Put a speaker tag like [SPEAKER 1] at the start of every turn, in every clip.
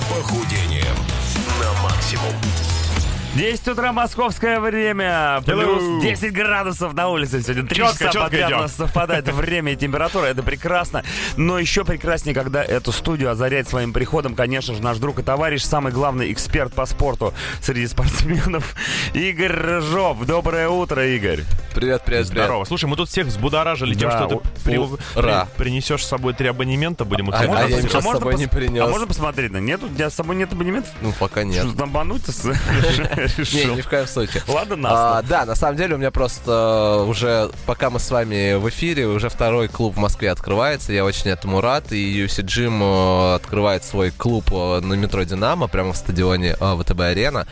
[SPEAKER 1] похудением на максимум.
[SPEAKER 2] 10 утра московское время, плюс
[SPEAKER 3] Hello.
[SPEAKER 2] 10 градусов на улице сегодня. Три
[SPEAKER 3] Чётко,
[SPEAKER 2] часа
[SPEAKER 3] чётко
[SPEAKER 2] подряд
[SPEAKER 3] идём.
[SPEAKER 2] у нас совпадает время и температура, это прекрасно. Но еще прекраснее, когда эту студию озаряет своим приходом, конечно же, наш друг и товарищ, самый главный эксперт по спорту среди спортсменов, Игорь Рыжов. Доброе утро, Игорь.
[SPEAKER 4] Привет, привет, привет.
[SPEAKER 3] Здорово. Слушай, мы тут всех взбудоражили тем,
[SPEAKER 2] Да,
[SPEAKER 3] что
[SPEAKER 2] у-
[SPEAKER 3] ты при-
[SPEAKER 4] ура.
[SPEAKER 3] при- принесешь с собой три абонемента, будем их
[SPEAKER 4] А-
[SPEAKER 3] смотреть.
[SPEAKER 4] а я им сейчас с
[SPEAKER 2] можно
[SPEAKER 4] собой не принес.
[SPEAKER 2] А можно посмотреть? на- Нет, у тебя с собой нет абонементов?
[SPEAKER 4] Ну, пока нет.
[SPEAKER 2] Что, бомбануть
[SPEAKER 4] Не,
[SPEAKER 2] решил?
[SPEAKER 4] ни в коем случае.
[SPEAKER 2] Ладно,
[SPEAKER 4] А,
[SPEAKER 2] нас.
[SPEAKER 4] да, на самом деле у меня просто э, уже, пока мы с вами в эфире, уже второй клуб в Москве открывается. Я очень этому рад. И UFC Gym э, открывает свой клуб э, на метро «Динамо», прямо в стадионе э, ВТБ-арена.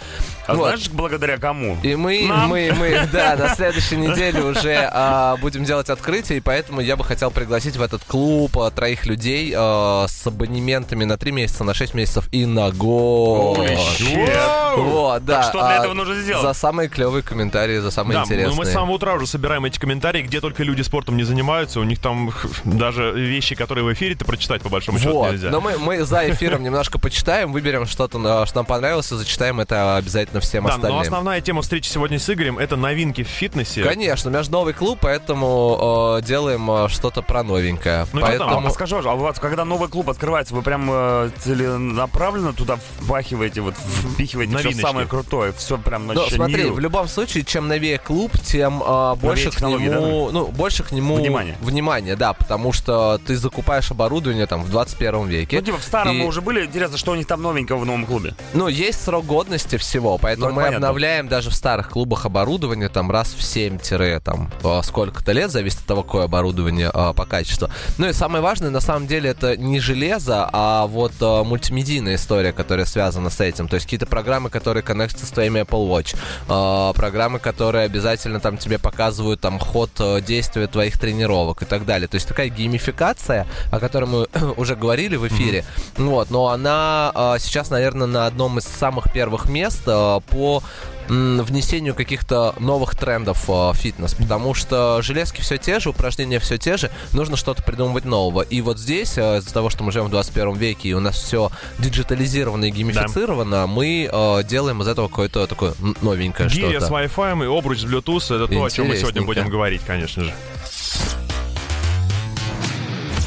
[SPEAKER 2] А
[SPEAKER 4] Вот.
[SPEAKER 2] знаешь, благодаря кому?
[SPEAKER 4] И мы,
[SPEAKER 2] Нам.
[SPEAKER 4] мы, мы, да, на следующей неделе уже а, будем делать открытие, и поэтому я бы хотел пригласить в этот клуб а, троих людей а, с абонементами на 3 месяца, на 6 месяцев и на год.
[SPEAKER 2] Holy shit.
[SPEAKER 4] Вот, да.
[SPEAKER 2] Так что для
[SPEAKER 4] а,
[SPEAKER 2] этого нужно сделать?
[SPEAKER 4] За самые клевые комментарии, за самые
[SPEAKER 3] Да,
[SPEAKER 4] интересные.
[SPEAKER 3] ну мы с самого утра уже собираем эти комментарии, где только люди спортом не занимаются, у них там даже вещи, которые в эфире, ты прочитать по большому счету
[SPEAKER 4] Вот, ну,
[SPEAKER 3] нельзя.
[SPEAKER 4] но мы, мы за эфиром немножко почитаем, выберем что-то, а, что нам понравилось, и зачитаем это обязательно всем
[SPEAKER 2] ну,
[SPEAKER 3] Да,
[SPEAKER 4] остальным.
[SPEAKER 3] но основная тема встречи сегодня с Игорем это новинки в фитнесе.
[SPEAKER 4] Конечно, у меня же новый клуб, поэтому э, делаем э, что-то про новенькое.
[SPEAKER 3] Ну и потом, а
[SPEAKER 4] поэтому...
[SPEAKER 2] А скажи, пожалуйста, а у вас, когда новый клуб открывается, вы прям э, целенаправленно туда впахиваете, вот впихиваете все
[SPEAKER 3] Новиночки.
[SPEAKER 2] самое крутое, все прям
[SPEAKER 4] Ну,
[SPEAKER 2] вообще
[SPEAKER 4] смотри,
[SPEAKER 2] new?
[SPEAKER 4] в любом случае, чем новее клуб, тем а, больше к
[SPEAKER 2] технологии,
[SPEAKER 4] нему, ну, больше к нему
[SPEAKER 2] Внимание.
[SPEAKER 4] внимание, да, потому что ты закупаешь оборудование там в 21 веке.
[SPEAKER 2] Ну, типа, в старом
[SPEAKER 4] и-
[SPEAKER 2] мы уже были, интересно, что у них там новенького в новом клубе?
[SPEAKER 4] Ну, есть срок годности всего, поэтому
[SPEAKER 2] Ну, это
[SPEAKER 4] мы
[SPEAKER 2] понятно.
[SPEAKER 4] обновляем даже в старых клубах оборудование там раз в 7 тире, там э, сколько-то лет, зависит от того, какое оборудование э, по качеству. Ну и самое важное, на самом деле, это не железо, а вот э, мультимедийная история, которая связана с этим. То есть какие-то программы, которые коннектятся с твоими Apple Watch, э, программы, которые обязательно там тебе показывают там ход э, действия твоих тренировок и так далее. То есть такая геймификация, о которой мы уже говорили в эфире, вот, но она а, сейчас, наверное, на одном из самых первых мест а, по м, внесению каких-то новых трендов а, в фитнес, потому что железки все те же, упражнения все те же, нужно что-то придумывать нового. И вот здесь, а, из-за того, что мы живем в 21 веке, и у нас все диджитализировано и геймифицировано, мы а, делаем из этого какое-то такое м, новенькое
[SPEAKER 3] Гиря с
[SPEAKER 4] что-то.
[SPEAKER 3] Wi-Fi и обруч с Bluetooth это то, о чем мы сегодня
[SPEAKER 4] Интересненько.
[SPEAKER 3] будем говорить, конечно же.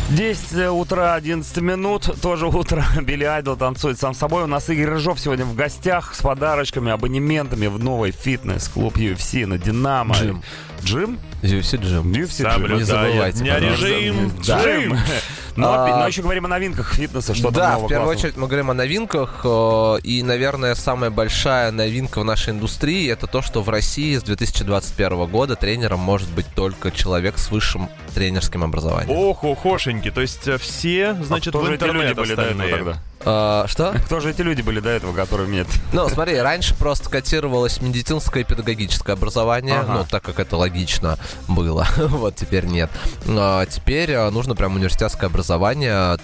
[SPEAKER 2] 10 э, утра, 11 минут, тоже утро. Билли Айдл танцует сам собой. У нас Игорь Рыжов сегодня в гостях с подарочками, абонементами в новый фитнес-клуб UFC на Динамо.
[SPEAKER 4] Джим.
[SPEAKER 2] Джим?
[SPEAKER 4] UFC Gym.
[SPEAKER 2] UFC Джим.
[SPEAKER 3] Соблюдает.
[SPEAKER 4] забывайте,
[SPEAKER 3] Не
[SPEAKER 4] пожалуйста.
[SPEAKER 3] режим.
[SPEAKER 4] Да.
[SPEAKER 2] Джим! Ну, Но,
[SPEAKER 4] А-
[SPEAKER 2] опи- но еще говорим о новинках фитнеса, что там
[SPEAKER 4] Да,
[SPEAKER 2] нового
[SPEAKER 4] в первую
[SPEAKER 2] классного.
[SPEAKER 4] очередь мы говорим о новинках. э, И, наверное, самая большая новинка в нашей индустрии это то, что в России с 2021 года тренером может быть только человек с высшим тренерским образованием.
[SPEAKER 3] Ох, охошеньки, то есть э, все, значит,
[SPEAKER 2] А
[SPEAKER 3] в
[SPEAKER 2] кто же эти люди
[SPEAKER 3] интернет
[SPEAKER 2] были до этого
[SPEAKER 3] остальные.
[SPEAKER 2] тогда?
[SPEAKER 4] Э, Что?
[SPEAKER 2] Кто же эти люди были до этого, которые нет?
[SPEAKER 4] Ну, смотри, раньше просто котировалось медицинское и педагогическое образование,
[SPEAKER 2] Ага.
[SPEAKER 4] ну, так как это логично было. Вот теперь нет. А Теперь э, нужно прям университетское образование,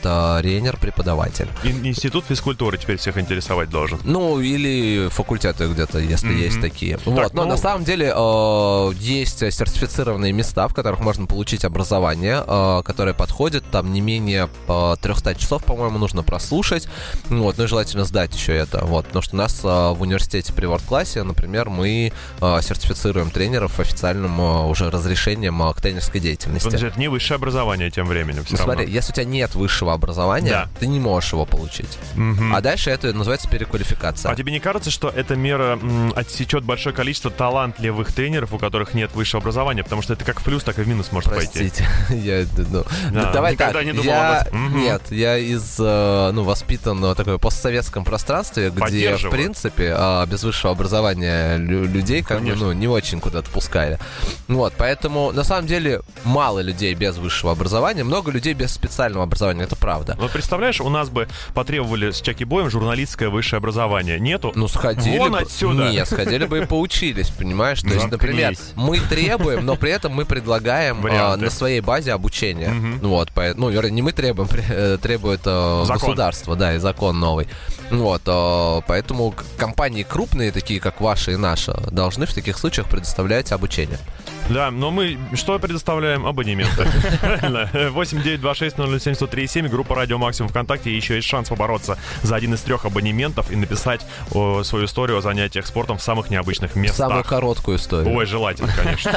[SPEAKER 4] тренер-преподаватель.
[SPEAKER 3] Ин- Институт физкультуры теперь всех интересовать должен.
[SPEAKER 4] Ну, или факультеты где-то, если
[SPEAKER 3] Мгм.
[SPEAKER 4] есть такие. вот, но
[SPEAKER 3] ну-
[SPEAKER 4] на самом деле э, есть сертифицированные места, в которых можно получить образование, э, которое подходит. Там не менее э, 300 часов, по-моему, нужно прослушать. Ну Вот, ну и желательно сдать еще это. Вот, потому что у нас э, в университете при ворд-классе, например, мы э, сертифицируем тренеров официальным э, уже разрешением э, к тренерской деятельности.
[SPEAKER 3] Значит, не высшее образование тем временем все
[SPEAKER 4] Ну, смотри, если у тебя нет высшего образования,
[SPEAKER 3] Да.
[SPEAKER 4] ты не можешь его получить.
[SPEAKER 3] Мгм.
[SPEAKER 4] А дальше это называется переквалификация.
[SPEAKER 3] А тебе не кажется, что эта мера м, отсечет большое количество талантливых тренеров, у которых нет высшего образования? Потому что это как в плюс, так и в минус может пойти.
[SPEAKER 4] Простите, я ну,
[SPEAKER 3] Да,
[SPEAKER 4] д- давай
[SPEAKER 2] никогда
[SPEAKER 4] так,
[SPEAKER 2] не думал
[SPEAKER 4] я-
[SPEAKER 2] об
[SPEAKER 3] Мгм.
[SPEAKER 4] Нет, я из э, ну воспитан в такой постсоветском пространстве, где в
[SPEAKER 3] Поддерживаю.
[SPEAKER 4] принципе э, без высшего образования лю- людей как бы
[SPEAKER 2] Конечно.
[SPEAKER 4] ну не очень куда-то пускали. Вот, поэтому на самом деле мало людей без высшего образования, много людей без специального образования, это правда.
[SPEAKER 3] Вот представляешь, у нас бы потребовали с Чаки Боем журналистское высшее образование. Нету?
[SPEAKER 4] Ну, сходили
[SPEAKER 3] Вон
[SPEAKER 4] бы...
[SPEAKER 3] отсюда.
[SPEAKER 4] Нет, сходили бы и поучились, понимаешь? То есть,
[SPEAKER 2] Заткнись.
[SPEAKER 4] например, мы требуем, но при этом мы предлагаем а,
[SPEAKER 3] Варианты.
[SPEAKER 4] на своей базе обучение.
[SPEAKER 3] Мгм.
[SPEAKER 4] Ну Вот, по- ну, вернее, не мы требуем, при- э, требует э,
[SPEAKER 3] Закон.
[SPEAKER 4] государство, да, да, и закон новый. Вот, э, поэтому к- компании крупные, такие как ваша и наша, должны в таких случаях предоставлять обучение.
[SPEAKER 3] Да, но мы что предоставляем? Абонементы. Правильно. 8926-007-1037, группа «Радио Максимум» ВКонтакте. И еще есть шанс побороться за один из трех абонементов и написать о, свою историю о занятиях спортом в самых необычных
[SPEAKER 4] Самую
[SPEAKER 3] местах.
[SPEAKER 4] короткую историю.
[SPEAKER 3] Ой, желательно, конечно.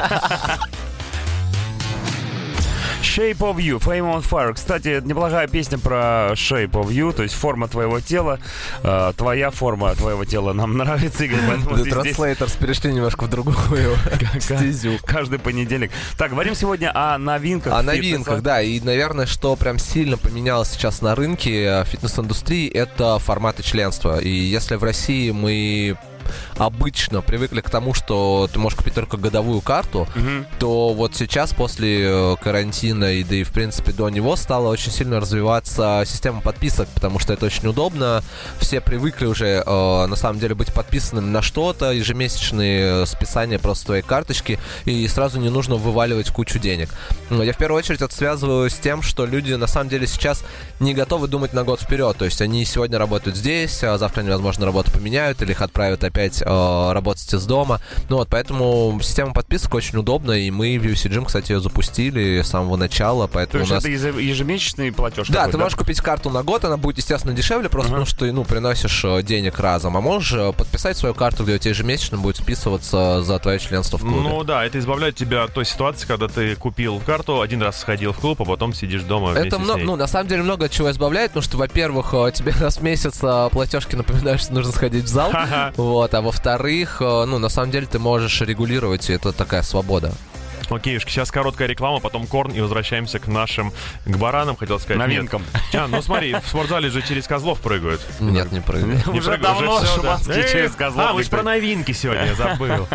[SPEAKER 2] Shape of You, Flame on Fire. Кстати, это неплохая песня про Shape of You, то есть форма твоего тела. Э, твоя форма твоего тела нам нравится, Игорь, поэтому
[SPEAKER 4] The
[SPEAKER 2] ты здесь
[SPEAKER 4] Translators перешли немножко в другую стезю.
[SPEAKER 2] каждый понедельник. Так, говорим сегодня о новинках.
[SPEAKER 4] О
[SPEAKER 2] фитнеса.
[SPEAKER 4] новинках, да. И, наверное, что прям сильно поменялось сейчас на рынке э, фитнес-индустрии, это форматы членства. И если в России мы обычно привыкли к тому, что ты можешь купить только годовую карту,
[SPEAKER 2] Мгм.
[SPEAKER 4] то вот сейчас после э, карантина и да и в принципе до него стала очень сильно развиваться система подписок, потому что это очень удобно. Все привыкли уже э, на самом деле быть подписанным на что-то, ежемесячные э, списания просто твоей карточки, и сразу не нужно вываливать кучу денег. Ну, Я в первую очередь это связываю с тем, что люди на самом деле сейчас не готовы думать на год вперед. То есть они сегодня работают здесь, а завтра они, возможно, работу поменяют или их отправят опять э, работать из дома. Ну вот, поэтому система подписок очень удобна, и мы в UFC Gym, кстати, ее запустили с самого начала,
[SPEAKER 2] То
[SPEAKER 4] поэтому у
[SPEAKER 2] есть
[SPEAKER 4] нас...
[SPEAKER 2] это езе- ежемесячный платеж.
[SPEAKER 4] Да,
[SPEAKER 2] такой,
[SPEAKER 4] ты можешь купить карту на год, она будет, естественно, дешевле, просто
[SPEAKER 2] Ага.
[SPEAKER 4] потому что ты, ну, приносишь э, денег разом. А можешь э, подписать свою карту, где у тебя ежемесячно будет списываться за твое членство в клубе.
[SPEAKER 3] Ну да, это избавляет тебя от той ситуации, когда ты купил карту, один раз сходил в клуб, а потом сидишь дома
[SPEAKER 4] Это
[SPEAKER 3] вместе с
[SPEAKER 4] много,
[SPEAKER 3] ней.
[SPEAKER 4] ну, на самом деле много от чего избавляет, потому что, во-первых, э, тебе раз в месяц э, платежки напоминают, что нужно сходить в зал.
[SPEAKER 3] Ха-ха.
[SPEAKER 4] Вот, а во-вторых, э, ну, на самом деле ты можешь регулировать, и это такая свобода.
[SPEAKER 3] Окей, сейчас короткая реклама, потом корн и возвращаемся к нашим, к баранам, хотел сказать. нет.
[SPEAKER 2] Новинкам.
[SPEAKER 3] А, ну смотри, в спортзале же через козлов прыгают.
[SPEAKER 4] Нет, не прыгай.
[SPEAKER 3] Не
[SPEAKER 2] Уже
[SPEAKER 3] прыгай,
[SPEAKER 2] давно
[SPEAKER 3] всё, да.
[SPEAKER 2] шаманские
[SPEAKER 3] Эх,
[SPEAKER 2] через козлов
[SPEAKER 3] А,
[SPEAKER 2] не
[SPEAKER 3] вы же про
[SPEAKER 2] прыгают.
[SPEAKER 3] новинки сегодня, я забыл.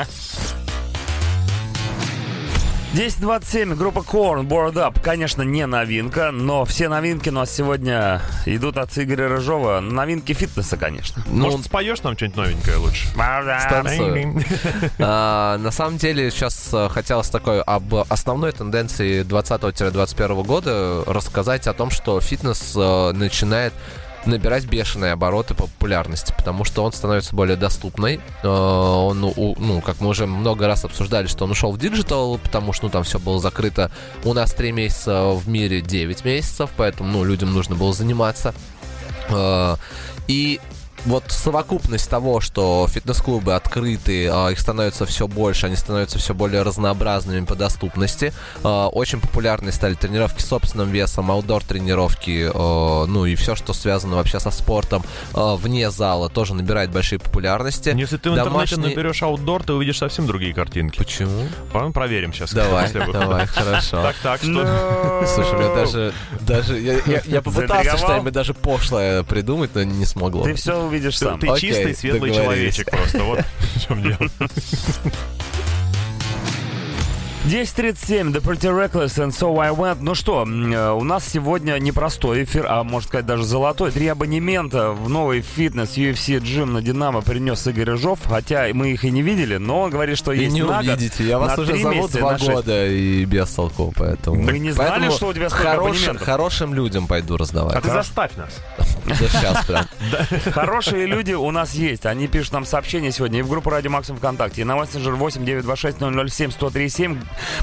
[SPEAKER 2] 10.27, группа Корн, Board Up. Конечно, не новинка, но все новинки у нас сегодня идут от Игоря Рыжова. Новинки фитнеса, конечно.
[SPEAKER 4] Ну,
[SPEAKER 3] Может, споешь нам что-нибудь новенькое лучше?
[SPEAKER 4] Танцую. а, на самом деле сейчас э, хотелось такой об основной тенденции 20-21 года рассказать о том, что фитнес э, начинает набирать бешеные обороты по популярности, потому что он становится более доступной. Э, Он, у- ну, как мы уже много раз обсуждали, что он ушел в диджитал, потому что ну, там все было закрыто. У нас 3 месяца, в мире 9 месяцев, поэтому ну, людям нужно было заниматься. Э, И вот совокупность того, что фитнес-клубы открыты, а, их становится все больше, они становятся все более разнообразными по доступности. А, Очень популярны стали тренировки с собственным весом, аутдор-тренировки, э, ну и все, что связано вообще со спортом э, вне зала, тоже набирает большие популярности.
[SPEAKER 3] Если ты в интернете
[SPEAKER 4] Домашние-
[SPEAKER 3] наберешь аутдор, ты увидишь совсем другие картинки.
[SPEAKER 4] Почему?
[SPEAKER 3] По-моему, проверим сейчас.
[SPEAKER 4] Давай,
[SPEAKER 3] После выхода.
[SPEAKER 4] давай, Ну, хорошо.
[SPEAKER 3] Так, так,
[SPEAKER 4] Слушай,
[SPEAKER 3] что...
[SPEAKER 4] у
[SPEAKER 2] Слушай,
[SPEAKER 4] меня даже, даже, я, я- я попытался
[SPEAKER 2] Заинтриговал?
[SPEAKER 4] что-нибудь даже пошлое придумать, но не смогло.
[SPEAKER 2] Ты все увидишь
[SPEAKER 3] Ты,
[SPEAKER 2] сам.
[SPEAKER 3] ты
[SPEAKER 4] Окей,
[SPEAKER 3] чистый, светлый
[SPEAKER 4] договорились.
[SPEAKER 3] человечек просто. Вот в чем дело.
[SPEAKER 2] 10.37, The Pretty Reckless and So I Went. Ну что, м, э, у нас сегодня непростой эфир, а можно сказать даже золотой. Три абонемента в новый фитнес UFC Джим на Динамо принес Игорь Рыжов, хотя мы их и не видели, но он говорит, что
[SPEAKER 4] И
[SPEAKER 2] есть
[SPEAKER 4] не
[SPEAKER 2] на год.
[SPEAKER 4] увидите. Я вас
[SPEAKER 2] на
[SPEAKER 4] уже
[SPEAKER 2] три
[SPEAKER 4] зовут
[SPEAKER 2] месяца и
[SPEAKER 4] два
[SPEAKER 2] на шесть.
[SPEAKER 4] года и без толку, поэтому...
[SPEAKER 2] Мы не знали,
[SPEAKER 4] Поэтому
[SPEAKER 2] что у тебя столько
[SPEAKER 4] хорошим,
[SPEAKER 2] абонементов.
[SPEAKER 4] хорошим людям пойду
[SPEAKER 3] А
[SPEAKER 4] раздавать.
[SPEAKER 3] ты заставь нас.
[SPEAKER 4] сейчас прям.
[SPEAKER 2] Хорошие люди у нас есть. Они пишут нам сообщения сегодня и в группу Радио Максим ВКонтакте, и на мессенджер 8 926 007 137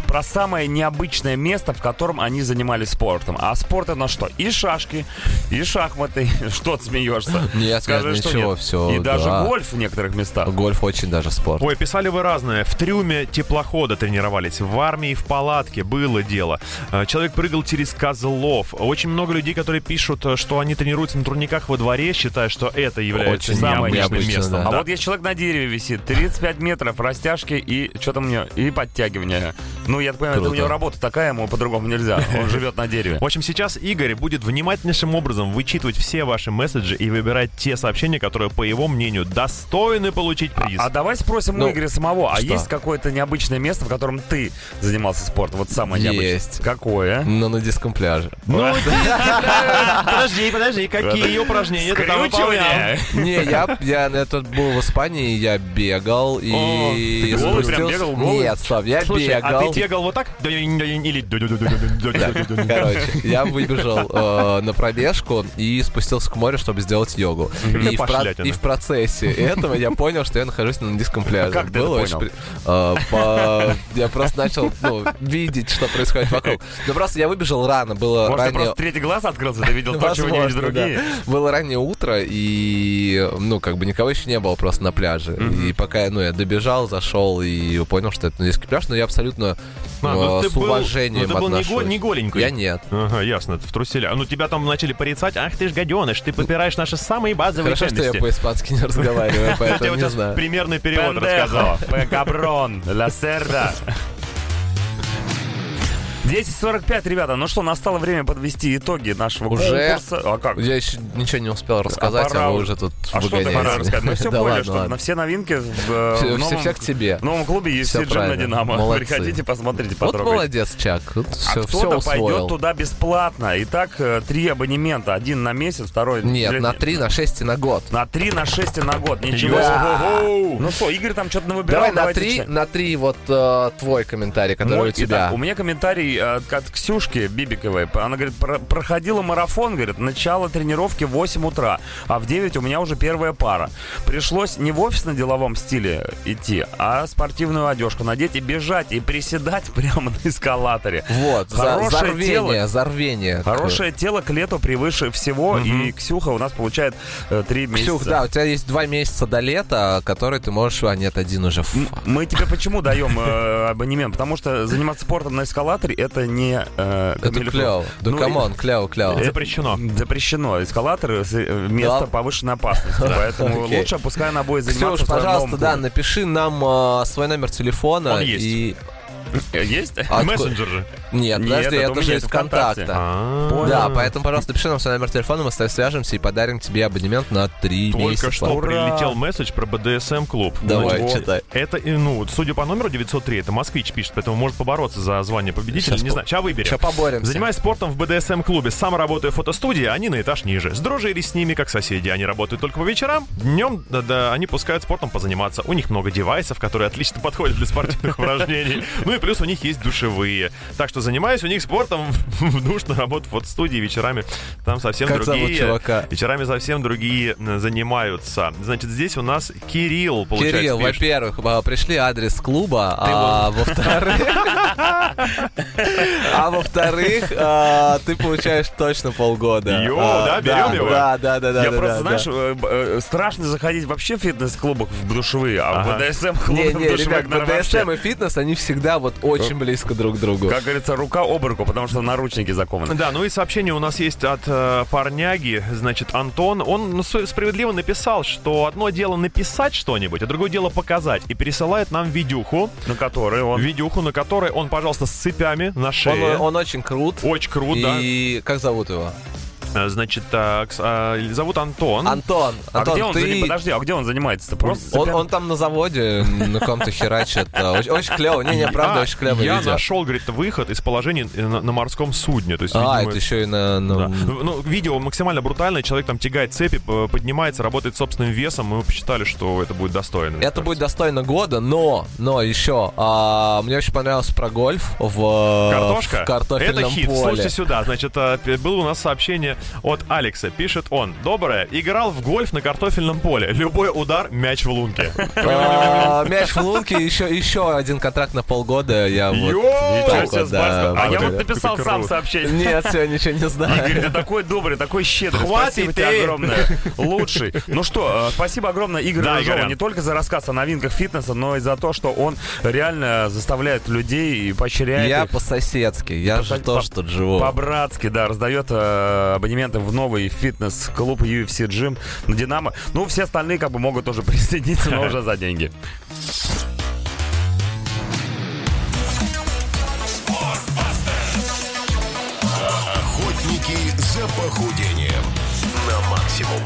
[SPEAKER 2] про самое необычное место, в котором они занимались спортом. А спорт это что? И шашки, и шахматы. Что ты смеешься?
[SPEAKER 4] Нет,
[SPEAKER 2] Скажи,
[SPEAKER 4] нет,
[SPEAKER 2] что
[SPEAKER 4] ничего,
[SPEAKER 2] нет.
[SPEAKER 4] все.
[SPEAKER 2] И даже
[SPEAKER 4] да.
[SPEAKER 2] гольф в некоторых местах.
[SPEAKER 4] Гольф очень даже спорт.
[SPEAKER 3] Ой, писали вы разное. В трюме теплохода тренировались, в армии в палатке было дело. Э, Человек прыгал через козлов. Очень много людей, которые пишут, э, что они тренируются на турниках во дворе, считая, что это является
[SPEAKER 4] Очень
[SPEAKER 3] самым необычным
[SPEAKER 4] необычно,
[SPEAKER 3] местом.
[SPEAKER 4] да.
[SPEAKER 2] А
[SPEAKER 3] Да.
[SPEAKER 2] вот есть человек на дереве висит, 35 метров, растяжки и что-то мне, и подтягивания. Ну, я так понимаю, это у
[SPEAKER 4] Круто.
[SPEAKER 2] него работа такая, ему по-другому нельзя. Он живет на дереве.
[SPEAKER 3] В общем, сейчас Игорь будет внимательнейшим образом вычитывать все ваши месседжи и выбирать те сообщения, которые, по его мнению, достойны получить приз.
[SPEAKER 2] А давай спросим у
[SPEAKER 4] Ну,
[SPEAKER 2] Игоря самого, а
[SPEAKER 4] что?
[SPEAKER 2] есть какое-то необычное место, в котором ты занимался спортом? Вот самое необычное.
[SPEAKER 4] Есть.
[SPEAKER 2] Какое?
[SPEAKER 4] Но на диском пляже.
[SPEAKER 3] Ну, подожди, подожди, какие упражнения ты там выполнял?
[SPEAKER 2] Скрючивание.
[SPEAKER 4] Не, я, я на этот был в Испании, я бегал
[SPEAKER 2] О,
[SPEAKER 4] и
[SPEAKER 2] ты голый прям
[SPEAKER 4] спустился-
[SPEAKER 2] бегал, голый?
[SPEAKER 4] Нет, Слав, я
[SPEAKER 3] Слушай,
[SPEAKER 4] бегал.
[SPEAKER 3] а ты бегал вот так, или...
[SPEAKER 4] Короче, я выбежал э, на пробежку и спустился к морю, чтобы сделать йогу.
[SPEAKER 3] Какая
[SPEAKER 4] И в, про-
[SPEAKER 3] пошлятина.
[SPEAKER 4] и в процессе этого я понял, что я нахожусь на нудистском пляже.
[SPEAKER 2] Как ты это
[SPEAKER 4] Было
[SPEAKER 2] понял?
[SPEAKER 4] при- э, по- Я просто начал ну, видеть, что происходит вокруг. Ну просто я выбежал рано, было
[SPEAKER 2] Может, ты
[SPEAKER 4] ранее...
[SPEAKER 2] просто третий глаз открылся, ты видел то, чего не видят
[SPEAKER 4] Возможно, да.
[SPEAKER 2] другие.
[SPEAKER 4] Было раннее утро, и, ну, как бы никого еще не было просто на пляже. И пока я, ну, я добежал, зашел и понял, что это нудистский пляж, но я абсолютно
[SPEAKER 3] А, ну
[SPEAKER 4] э,
[SPEAKER 3] ты
[SPEAKER 4] с
[SPEAKER 3] был-
[SPEAKER 4] уважением
[SPEAKER 3] ну ты был не го-
[SPEAKER 4] отношусь.
[SPEAKER 3] не голенький.
[SPEAKER 4] Я нет.
[SPEAKER 3] Ага, ясно, ты в труселя. Ну тебя там начали порицать, ах ты ж гаденыш, ты попираешь наши самые базовые
[SPEAKER 4] Хорошо, что я
[SPEAKER 3] ценности.
[SPEAKER 4] по-испански не разговариваю,
[SPEAKER 3] Я тебе
[SPEAKER 4] поэтому
[SPEAKER 3] вот
[SPEAKER 4] не
[SPEAKER 3] сейчас
[SPEAKER 4] знаю.
[SPEAKER 3] примерный перевод рассказал.
[SPEAKER 2] Пендехо, пе- каброн, ла серда. 10.45, ребята, ну что, настало время подвести итоги нашего
[SPEAKER 4] Уже?
[SPEAKER 2] конкурса. А как?
[SPEAKER 4] Я еще ничего не успел рассказать,
[SPEAKER 2] пора
[SPEAKER 4] а вы
[SPEAKER 2] уже.
[SPEAKER 4] уже тут
[SPEAKER 2] А что ты пора рассказать? Мы все
[SPEAKER 4] Да
[SPEAKER 2] поняли,
[SPEAKER 4] ладно,
[SPEAKER 2] что
[SPEAKER 4] ладно.
[SPEAKER 2] на все новинки в,
[SPEAKER 4] Все-
[SPEAKER 2] э, в
[SPEAKER 4] все-
[SPEAKER 2] новом,
[SPEAKER 4] все к тебе.
[SPEAKER 2] в новом клубе есть
[SPEAKER 4] Всё
[SPEAKER 2] все джем на
[SPEAKER 4] правильно.
[SPEAKER 2] Динамо.
[SPEAKER 4] Молодцы.
[SPEAKER 2] Приходите, посмотрите,
[SPEAKER 4] Вот
[SPEAKER 2] потрогайте.
[SPEAKER 4] молодец, Чак. Тут все,
[SPEAKER 2] а
[SPEAKER 4] все
[SPEAKER 2] кто-то пойдет
[SPEAKER 4] усвоил.
[SPEAKER 2] туда бесплатно. Итак, э, три абонемента. Один на месяц, второй...
[SPEAKER 4] Нет,
[SPEAKER 2] летний.
[SPEAKER 4] на 3, на 6 и на год.
[SPEAKER 2] На три, на шесть и на год. Ничего
[SPEAKER 4] Да.
[SPEAKER 2] себе. Ну что, Игорь там что-то навыбирал.
[SPEAKER 4] Давай на
[SPEAKER 2] давайте
[SPEAKER 4] 3,
[SPEAKER 2] читать.
[SPEAKER 4] на 3 вот э, твой комментарий, который
[SPEAKER 2] Мой-
[SPEAKER 4] у тебя.
[SPEAKER 2] Итак, у меня комментарий э, от Ксюшки Бибиковой. Она говорит, «Про- проходила марафон, говорит, начало тренировки в 8 утра, а в 9 у меня уже первая пара. Пришлось не в офисно-деловом стиле идти, а спортивную одежку надеть и бежать, и приседать прямо на эскалаторе.
[SPEAKER 4] Вот, за, за
[SPEAKER 2] Хорошее тело.
[SPEAKER 4] рвение, за рвение.
[SPEAKER 2] Хорошее тело к лету превыше всего, и Ксюха у нас получает 3 месяца.
[SPEAKER 4] Ксюх, да, у тебя есть два месяца до лета, которые ты можешь... А нет, один уже. фу.
[SPEAKER 2] М- Мы тебе почему даем э, абонемент? Потому что заниматься спортом на эскалаторе это не... э,
[SPEAKER 4] Это
[SPEAKER 2] камильфо.
[SPEAKER 4] клево. Да
[SPEAKER 2] Ну, и-
[SPEAKER 4] камон, клево, клево.
[SPEAKER 3] Запрещено.
[SPEAKER 2] Запрещено. Эскалаторы с- э, место
[SPEAKER 4] Да.
[SPEAKER 2] повышенной опасности. Поэтому
[SPEAKER 4] Окей.
[SPEAKER 2] лучше опускай на бой заниматься.
[SPEAKER 4] Ксюш,
[SPEAKER 2] в своем
[SPEAKER 4] пожалуйста,
[SPEAKER 2] новом
[SPEAKER 4] да,
[SPEAKER 2] клубе.
[SPEAKER 4] напиши нам э, свой номер телефона.
[SPEAKER 3] Он есть.
[SPEAKER 4] И...
[SPEAKER 2] Э, Есть?
[SPEAKER 4] А отку-
[SPEAKER 3] Мессенджер же.
[SPEAKER 4] Нет,
[SPEAKER 2] Нет,
[SPEAKER 4] подожди,
[SPEAKER 2] это у
[SPEAKER 4] это уже
[SPEAKER 2] меня,
[SPEAKER 4] из
[SPEAKER 2] это ВКонтакте.
[SPEAKER 4] контакта.
[SPEAKER 3] А,
[SPEAKER 2] Понял.
[SPEAKER 4] Да, поэтому, пожалуйста, напиши нам свой номер телефона, мы с тобой свяжемся и подарим тебе абонемент на 3 месяца.
[SPEAKER 3] Только что
[SPEAKER 2] Ура!
[SPEAKER 3] прилетел месседж про БДСМ-клуб.
[SPEAKER 4] Давай,
[SPEAKER 2] Вот.
[SPEAKER 4] читай.
[SPEAKER 3] Это, и, ну, вот, судя по номеру 903, это москвич пишет, поэтому может побороться за звание победителя.
[SPEAKER 4] Щас
[SPEAKER 3] не
[SPEAKER 4] по-
[SPEAKER 3] знаю, сейчас выберем.
[SPEAKER 4] Сейчас поборемся.
[SPEAKER 3] Занимаюсь спортом в БДСМ-клубе. Сам работаю в фотостудии, а они на этаж ниже. Сдружили с ними, как соседи. Они работают только по вечерам. Днем, да, да, они пускают спортом позаниматься. У них много девайсов, которые отлично подходят для спортивных упражнений. Ну и плюс у них есть душевые. Так что занимаюсь у них спортом в душ на работу в фотостудии вечерами. Там совсем
[SPEAKER 4] Как зовут
[SPEAKER 3] другие.
[SPEAKER 4] чувака?
[SPEAKER 3] Вечерами совсем другие м, занимаются. Значит, здесь у нас Кирилл, получается,
[SPEAKER 4] Кирилл,
[SPEAKER 3] пишет.
[SPEAKER 4] во-первых, а, пришли адрес клуба, а во-вторых... А во-вторых, а, ты получаешь точно полгода.
[SPEAKER 3] Йо,
[SPEAKER 4] А,
[SPEAKER 3] да, берем его?
[SPEAKER 4] Да, да, да, да.
[SPEAKER 2] Я
[SPEAKER 4] да,
[SPEAKER 2] просто,
[SPEAKER 4] да,
[SPEAKER 2] знаешь,
[SPEAKER 4] да.
[SPEAKER 2] э, б- э, страшно заходить вообще в фитнес-клубах в душевые, а в
[SPEAKER 3] Ага.
[SPEAKER 4] Не,
[SPEAKER 2] БДСМ-клубах в
[SPEAKER 4] не,
[SPEAKER 2] душевых,
[SPEAKER 4] ребят,
[SPEAKER 2] наверное,
[SPEAKER 4] БДСМ
[SPEAKER 2] вообще.
[SPEAKER 4] и фитнес, они всегда вот очень близко друг к другу.
[SPEAKER 2] Как говорится, рука об руку, потому что наручники закованы.
[SPEAKER 3] Да, ну и сообщение у нас есть от э, парняги, значит, Антон. Он ну, с- справедливо написал, что одно дело написать что-нибудь, а другое дело показать. И пересылает нам видюху,
[SPEAKER 2] На которые он...
[SPEAKER 3] видюху, на которой он, пожалуйста, с цепями на
[SPEAKER 4] Он, э,
[SPEAKER 3] шее.
[SPEAKER 4] он очень крут.
[SPEAKER 3] Очень круто.
[SPEAKER 4] И как зовут его?
[SPEAKER 3] Э, Значит, э, Кс- э, зовут Антон.
[SPEAKER 4] Антон.
[SPEAKER 2] А
[SPEAKER 4] Антон,
[SPEAKER 2] где он
[SPEAKER 4] ты...
[SPEAKER 2] заня- Подожди, а где он занимается? Просто
[SPEAKER 4] Он,
[SPEAKER 2] цепями?
[SPEAKER 4] он там на заводе на ком-то херачит. а, Очень, очень клево. Не, не, правда,
[SPEAKER 3] А,
[SPEAKER 4] очень клево
[SPEAKER 3] Я
[SPEAKER 4] видео.
[SPEAKER 3] нашел, говорит, выход из положения э, на, на морском судне. То есть,
[SPEAKER 4] А,
[SPEAKER 3] видимо,
[SPEAKER 4] это еще и на... на-
[SPEAKER 3] Да. Ну, видео максимально брутальное, человек там тягает цепи, п- поднимается, работает собственным весом, мы посчитали, что это будет достойно. мне
[SPEAKER 4] Это
[SPEAKER 3] кажется.
[SPEAKER 4] будет достойно года, но, но еще, а, мне очень понравилось про гольф в,
[SPEAKER 3] Картошка?
[SPEAKER 4] в картофельном
[SPEAKER 3] Это хит.
[SPEAKER 4] поле.
[SPEAKER 3] Слушайте сюда. Значит, а, п- было у нас сообщение от Алекса. Пишет он. Доброе. Играл в гольф на картофельном поле. Любой удар — мяч в лунке.
[SPEAKER 4] А, мяч в лунке, еще, еще один контракт на полгода, я вот...
[SPEAKER 3] Йоу!
[SPEAKER 4] так
[SPEAKER 2] Ничего
[SPEAKER 4] вот,
[SPEAKER 2] себе,
[SPEAKER 4] да,
[SPEAKER 2] Спарс. А я
[SPEAKER 4] вот
[SPEAKER 2] вот
[SPEAKER 4] это-
[SPEAKER 2] написал
[SPEAKER 3] это
[SPEAKER 2] сам
[SPEAKER 3] круто.
[SPEAKER 2] сообщение.
[SPEAKER 4] Нет, все, ничего не знаю.
[SPEAKER 2] Игорь, ты такой добрый, такой щедрый.
[SPEAKER 3] Хватит
[SPEAKER 2] спасибо тебе
[SPEAKER 3] ты.
[SPEAKER 2] огромное. Лучший. Ну что, э, спасибо огромное Игорю
[SPEAKER 3] Да,
[SPEAKER 2] Рыжову
[SPEAKER 3] Игорян.
[SPEAKER 2] не только за рассказ о новинках фитнеса, но и за то, что он реально заставляет людей и поощряет
[SPEAKER 4] Я
[SPEAKER 2] их.
[SPEAKER 4] по-соседски, я же
[SPEAKER 2] По-
[SPEAKER 4] тоже тут живу.
[SPEAKER 2] По-братски, да, раздает э, абонементы в новый фитнес-клуб UFC Gym на Динамо. Ну, все остальные как бы могут тоже присоединиться, но уже за деньги.
[SPEAKER 1] Охотники за похудением на максимум.